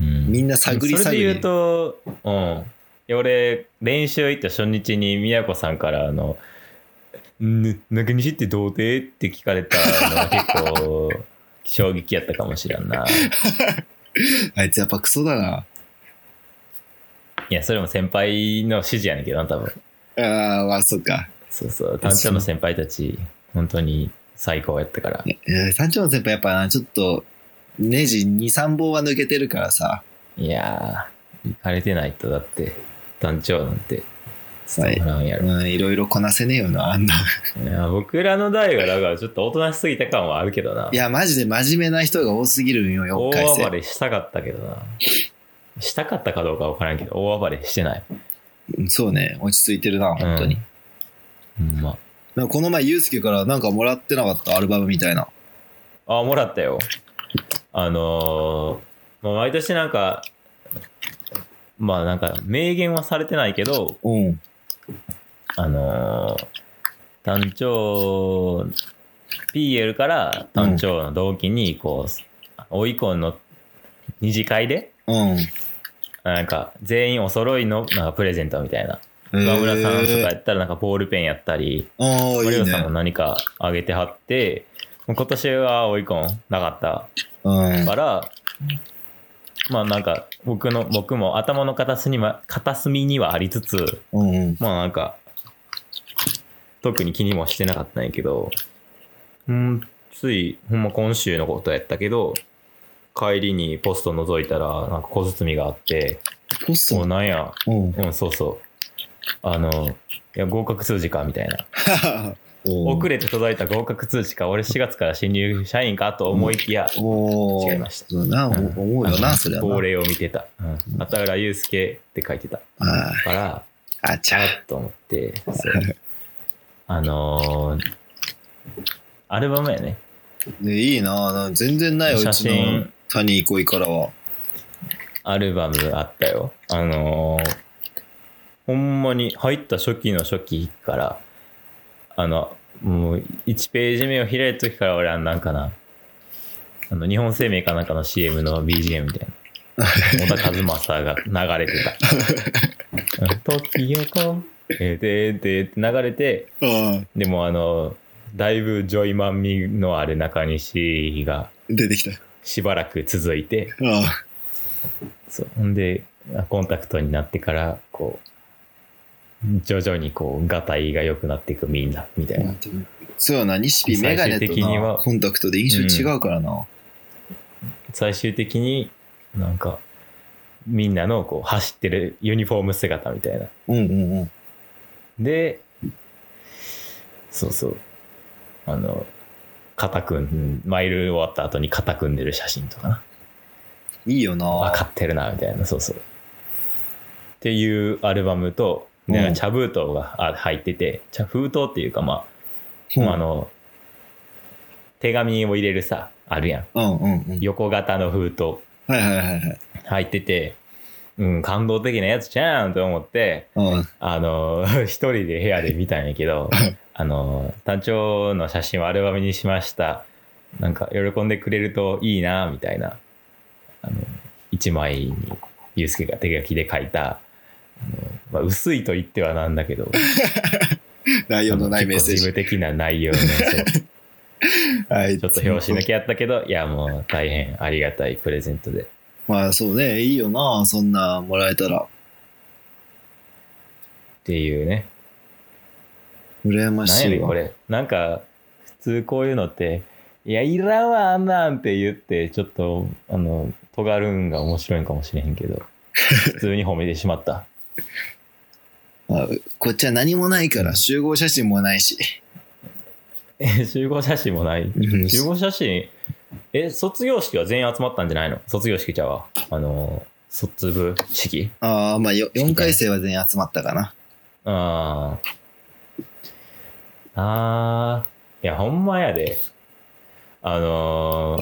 [SPEAKER 1] うん
[SPEAKER 2] みんな探り
[SPEAKER 1] そ
[SPEAKER 2] 探
[SPEAKER 1] れで言
[SPEAKER 2] り
[SPEAKER 1] う。と、うん。いや俺、練習行った初日に、みやこさんから、あの、ぬ、中西って童貞って聞かれたのが結 構、衝撃やったかもしれんな。
[SPEAKER 2] あいつやっぱクソだな。
[SPEAKER 1] いや、それも先輩の指示やねんけどな、多分。
[SPEAKER 2] ああ、まあ、そっか。
[SPEAKER 1] そうそう、団長の先輩たち、本当に最高やったから。
[SPEAKER 2] いや山頂の先輩やっぱな、ちょっと、ネジ2、3本は抜けてるからさ。
[SPEAKER 1] いやー、行かれてないと、だって、団長なんて、
[SPEAKER 2] はい
[SPEAKER 1] 伝わらんやろ。
[SPEAKER 2] うん、いろいろこなせねえよな、あんな。
[SPEAKER 1] いや僕らの代が、だからちょっとおとなしすぎた感はあるけどな。
[SPEAKER 2] いや、マジで真面目な人が多すぎるんよ、4回
[SPEAKER 1] 大暴
[SPEAKER 2] 生。
[SPEAKER 1] れしたかったけどな。したかったかどうかわからんけど、大暴れしてない。
[SPEAKER 2] うんそうね、落ち着いてるな、本当に。
[SPEAKER 1] うん、ま
[SPEAKER 2] なんかこの前、ゆうすけからなんかもらってなかった、アルバムみたいな。
[SPEAKER 1] あ。あ、もらったよ。あのーまあ、毎年なんか、まあなんか、明言はされてないけど、
[SPEAKER 2] うん。
[SPEAKER 1] あのー、団長、PL から団長の同期に、こう、追い込んの二次会で、
[SPEAKER 2] うん。
[SPEAKER 1] なんか、全員お揃いの、なんかプレゼントみたいな。
[SPEAKER 2] 川
[SPEAKER 1] 川村さんとかやったら、なんかボールペンやったり、
[SPEAKER 2] ああ、
[SPEAKER 1] マリ
[SPEAKER 2] いい
[SPEAKER 1] オさんも
[SPEAKER 2] ね。
[SPEAKER 1] 何かあげてはって、もう今年はオイコンなかっ
[SPEAKER 2] うん
[SPEAKER 1] たか。ら、まあなんか僕の、僕も頭の片隅には、片隅にはありつつ、
[SPEAKER 2] うんうん。
[SPEAKER 1] まあなんか、特に気にもしてなかったんやけど、うん、つい、ほんま今週のことやったけど、帰りにポスト覗いたら、なんか小包があって、
[SPEAKER 2] ポス
[SPEAKER 1] も
[SPEAKER 2] ト
[SPEAKER 1] うなんや、
[SPEAKER 2] うん。
[SPEAKER 1] うん、そうそう。あの、いや、合格数字か、みたいな。遅
[SPEAKER 2] れ。
[SPEAKER 1] れて届いた合格通知か、俺4月から新入社員かと思いきや、
[SPEAKER 2] おー
[SPEAKER 1] 違いました
[SPEAKER 2] そうだな、
[SPEAKER 1] うん
[SPEAKER 2] 思うよな、それはな。
[SPEAKER 1] 亡霊を見てた。うん。片浦祐介って書いてた。
[SPEAKER 2] あ
[SPEAKER 1] から、
[SPEAKER 2] あ、あちゃう。
[SPEAKER 1] と思って、そうあのーアルバムやね。
[SPEAKER 2] ね、いいなな全然ないよ、う
[SPEAKER 1] 写
[SPEAKER 2] ち
[SPEAKER 1] 真
[SPEAKER 2] の谷井恋からは。
[SPEAKER 1] アルバムあったよ。あのーほんまに入った初期の初期から、あの、もう1ページ目を開いた時から俺はなんかな、あの、日本生命かなんかの CM の BGM みたいな。小田和正が流れてた。うん時よこ、えーでーでーって流れて、
[SPEAKER 2] うん、
[SPEAKER 1] でもあの、だいぶジョイマン味のある中西が
[SPEAKER 2] 出てきた。
[SPEAKER 1] しばらく続いて、
[SPEAKER 2] あ
[SPEAKER 1] そうほんであコンタクトになってからこう徐々にこうがたいが良くなっていくみんなみたいな、
[SPEAKER 2] そうやな、西日メガネ
[SPEAKER 1] 最
[SPEAKER 2] と
[SPEAKER 1] 終的に
[SPEAKER 2] な
[SPEAKER 1] は
[SPEAKER 2] コンタクトで印象違うからな。
[SPEAKER 1] 最終的になんかみんなのこう走ってるユニフォーム姿みたいな
[SPEAKER 2] うんうんうん。
[SPEAKER 1] でそうそうあの肩組んマイル終わった後に肩組んでる写真とかない
[SPEAKER 2] いよ
[SPEAKER 1] 分
[SPEAKER 2] な
[SPEAKER 1] かってるなみたいなそうそうっていうアルバムとで
[SPEAKER 2] うん
[SPEAKER 1] 茶封筒があ入ってて茶封筒っていうかまあ
[SPEAKER 2] うん
[SPEAKER 1] まああの手紙を入れるさあるやん
[SPEAKER 2] うんうんうん。
[SPEAKER 1] 横型の封筒
[SPEAKER 2] はいはいはいはい。
[SPEAKER 1] 入ってて、うん、感動的なやつじゃんと思って
[SPEAKER 2] うん。
[SPEAKER 1] あの 一人で部屋で見たんやけど
[SPEAKER 2] はい
[SPEAKER 1] あの団長の写真をアルバムにしましたなんか喜んでくれるといいなみたいなあの一枚にユうスケが手書きで書いたあの、まあ、薄いと言ってはなんだけ ど
[SPEAKER 2] 内容のないメッセー
[SPEAKER 1] 結構事
[SPEAKER 2] ジ。
[SPEAKER 1] 務的な内容のそう
[SPEAKER 2] はい。
[SPEAKER 1] ちょっと表紙抜けやったけ ど、いやもう大変ありがたいプレゼントで。
[SPEAKER 2] まあそうね、いいよなそんなもらえたら。
[SPEAKER 1] っていうね。な
[SPEAKER 2] 羨ま
[SPEAKER 1] んや
[SPEAKER 2] し
[SPEAKER 1] ね
[SPEAKER 2] い
[SPEAKER 1] んこ
[SPEAKER 2] わ。
[SPEAKER 1] れ。なんか、普通こういうのって、いや、いらんわ、あんなんって言って、ちょっと、あの、尖るんが面白いんかもしれへんけ ど、普通に褒めてしまった。
[SPEAKER 2] まあこっちは何もないから、集合写真もないし。
[SPEAKER 1] え集合写真もない。
[SPEAKER 2] うん
[SPEAKER 1] 集合写真、え、卒業式は全員集まったんじゃないの卒業式ちゃうわ。あの、卒部式
[SPEAKER 2] ああ、まあよ4回生は全員集まったかな。
[SPEAKER 1] ああ。ああ。いや、ほんまやで。あの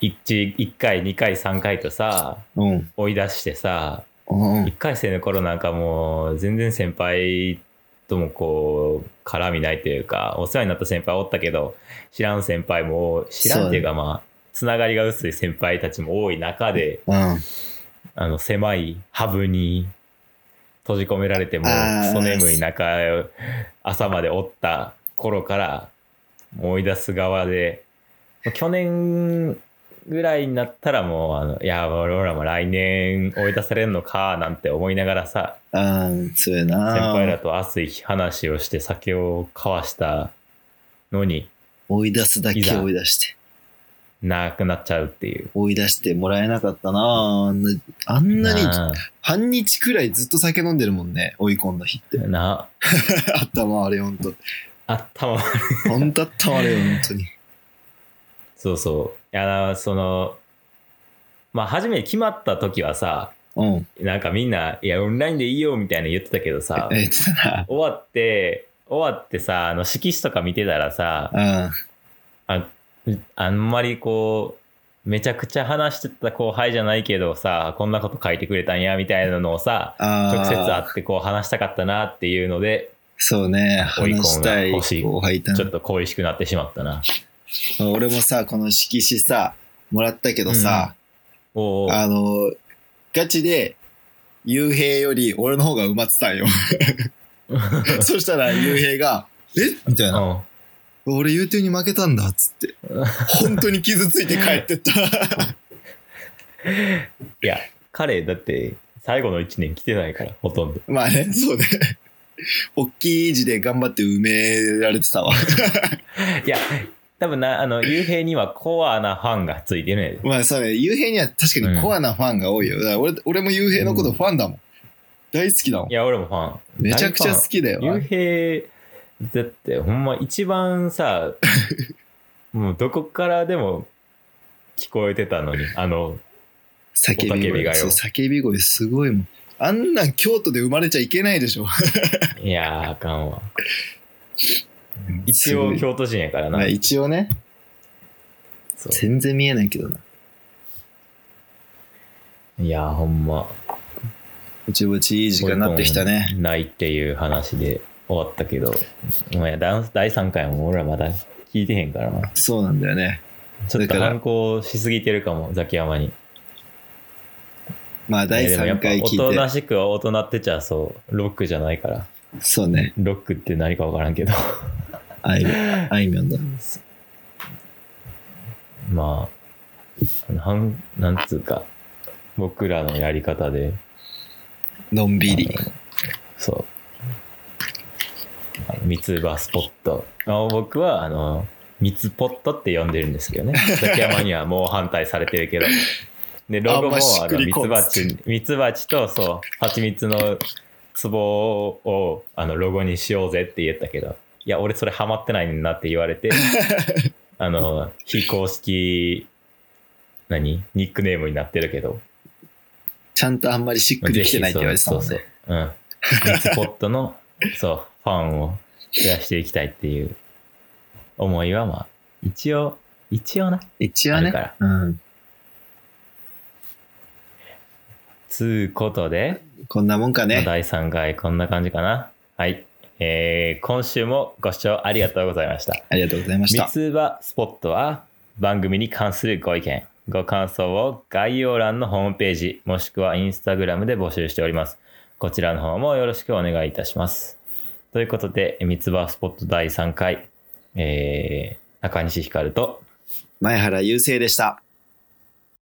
[SPEAKER 1] ー、1, 一回、2回、3回とさ、
[SPEAKER 2] うん。
[SPEAKER 1] 追い出してさ、
[SPEAKER 2] うん。
[SPEAKER 1] 1回生の頃なんかもう、全然先輩ともこう、絡みないというか、お世話になった先輩おったけど、知らん先輩も、知らんっていうかまあ、つながりが薄い先輩たちも多い中で、
[SPEAKER 2] うん。
[SPEAKER 1] あの、狭いハブに閉じ込められても、
[SPEAKER 2] あー
[SPEAKER 1] クソ眠い中、朝までおった頃から、思い出す側で、去年ぐらいになったらもう、あのいや、俺らも来年追い出されるのか、なんて思いながらさ、
[SPEAKER 2] ああ、そうやな。
[SPEAKER 1] 先輩らと熱い話をして酒を交わしたのに、
[SPEAKER 2] 追い出すだけ
[SPEAKER 1] いざ
[SPEAKER 2] 追い出して。
[SPEAKER 1] なくなっちゃうっていう。
[SPEAKER 2] 追い出してもらえなかったなあんなあんなに
[SPEAKER 1] な
[SPEAKER 2] 半日くらいずっと酒飲んでるもんね。追い込んだ日って。
[SPEAKER 1] な
[SPEAKER 2] 頭あれほんと。
[SPEAKER 1] 頭
[SPEAKER 2] ほんと頭あれよ、ほんとに。
[SPEAKER 1] そうそう。いやな、その、まあ、初め決まった時はさ、
[SPEAKER 2] うん。
[SPEAKER 1] なんかみんな、いや、オンラインでいいよみたいな言ってたけどさ、
[SPEAKER 2] えっとな。
[SPEAKER 1] 終わって、終わってさ、あの、色紙とか見てたらさ、
[SPEAKER 2] うん。
[SPEAKER 1] ああんまりこう、めちゃくちゃ話してた後輩じゃないけどさ、こんなこと書いてくれたんや、みたいなのをさ、
[SPEAKER 2] ああ。
[SPEAKER 1] 直接会ってこう話したかったなっていうので、
[SPEAKER 2] そうね。
[SPEAKER 1] 追い込む
[SPEAKER 2] 話したい
[SPEAKER 1] 欲しい
[SPEAKER 2] 後輩いた
[SPEAKER 1] ちょ
[SPEAKER 2] な
[SPEAKER 1] っと恋しくなってしまったな。
[SPEAKER 2] 俺もさ、この色紙さ、もらったけどさ、
[SPEAKER 1] おお。
[SPEAKER 2] あの、ガチで、雄平より俺の方が埋まって たんよ。そしたら雄平が、えみたいな。
[SPEAKER 1] う
[SPEAKER 2] 俺優等に負けたんだ、っつって。本当に傷ついて帰って った。
[SPEAKER 1] ん。いや、彼だって最後の1年来てないから、ほとんど。
[SPEAKER 2] まあね、そうね。大きい字で頑張って埋められてたわ。
[SPEAKER 1] いや、多分な、あの、幽閉にはコアなファンがついてるねんで。
[SPEAKER 2] まあそうね、雄平には確かにコアなファンが多いよ。だから俺俺も雄平のことファンだもん。大好きだもん
[SPEAKER 1] い。や、俺もファン。
[SPEAKER 2] めちゃくちゃ好きだよ。
[SPEAKER 1] 幽閉、だってほんま一番さ、 もうどこからでも聞こえてたのに、あの、
[SPEAKER 2] 叫び
[SPEAKER 1] お叫び
[SPEAKER 2] 声。
[SPEAKER 1] がよ
[SPEAKER 2] そう叫び声すごいもん。あんなん京都で生まれちゃいけないでしょ。
[SPEAKER 1] いやー、あかんわ。 一応
[SPEAKER 2] すごい
[SPEAKER 1] 京都人やからな
[SPEAKER 2] まあ。一応ね、
[SPEAKER 1] そう
[SPEAKER 2] 全然見えないけどな。
[SPEAKER 1] いやー、ほんま。
[SPEAKER 2] ぼちぼちいい時間になってきたね。
[SPEAKER 1] ないっていう話で終わったけど、まあ、ダンス第3回も俺らまだ聞いてへんからな。
[SPEAKER 2] そうなんだよね。
[SPEAKER 1] ちょっ
[SPEAKER 2] だ
[SPEAKER 1] と
[SPEAKER 2] から
[SPEAKER 1] 反抗しすぎてるかも、ザキヤマに。
[SPEAKER 2] まあ第
[SPEAKER 1] いやでもやっ
[SPEAKER 2] 3
[SPEAKER 1] ぱ
[SPEAKER 2] 回聞
[SPEAKER 1] おとないしくは大人ってちゃそう、ロックじゃないから。
[SPEAKER 2] て。そうね。
[SPEAKER 1] ロックって何かわからんけど。
[SPEAKER 2] あいみょん。あいみょんだ。
[SPEAKER 1] まあ、なん、なんつうか、僕らのやり方で、
[SPEAKER 2] のんびり。
[SPEAKER 1] そう。あの三つ葉スポット。あ僕は、あの、三つポットって呼んでるんです けどね。竹山にはもう反対されてるけど。で、ロゴも、
[SPEAKER 2] あんまし
[SPEAKER 1] あ
[SPEAKER 2] っ
[SPEAKER 1] の、
[SPEAKER 2] くり
[SPEAKER 1] 三つ
[SPEAKER 2] こんっ
[SPEAKER 1] 葉
[SPEAKER 2] つ
[SPEAKER 1] ち、三つ葉ちと、そう、蜂蜜の壺を、あの、ロゴにしようぜって言ったけど、いや、俺それハマってないんだって言われ て、あの、非公式、何ニックネームになってるけど、
[SPEAKER 2] ちゃんとあんまりしっくりきてないって言われてたもん
[SPEAKER 1] そう
[SPEAKER 2] ね。
[SPEAKER 1] そう。うん。ミツポット の、そう、ファンを増やしていきたいっていう思いは、まあ、一応、一応な。
[SPEAKER 2] 一応
[SPEAKER 1] ある
[SPEAKER 2] ね
[SPEAKER 1] から。
[SPEAKER 2] うん。
[SPEAKER 1] つうことで、
[SPEAKER 2] こんなもんか
[SPEAKER 1] まあ
[SPEAKER 2] ね。
[SPEAKER 1] 第3回こんな感じかな。はい。えー今週もご視聴ありがとうございました。
[SPEAKER 2] ありがとうございまし
[SPEAKER 1] 三
[SPEAKER 2] た。
[SPEAKER 1] つ葉スポットは番組に関するご意見、ご感想を概要欄のホームページ、もしくはインスタグラムで募集しております。こちらの方もよろしくお願いいたします。ということで、三つ葉スポット第3回、えー中西ひかると、
[SPEAKER 2] 前原雄生でした。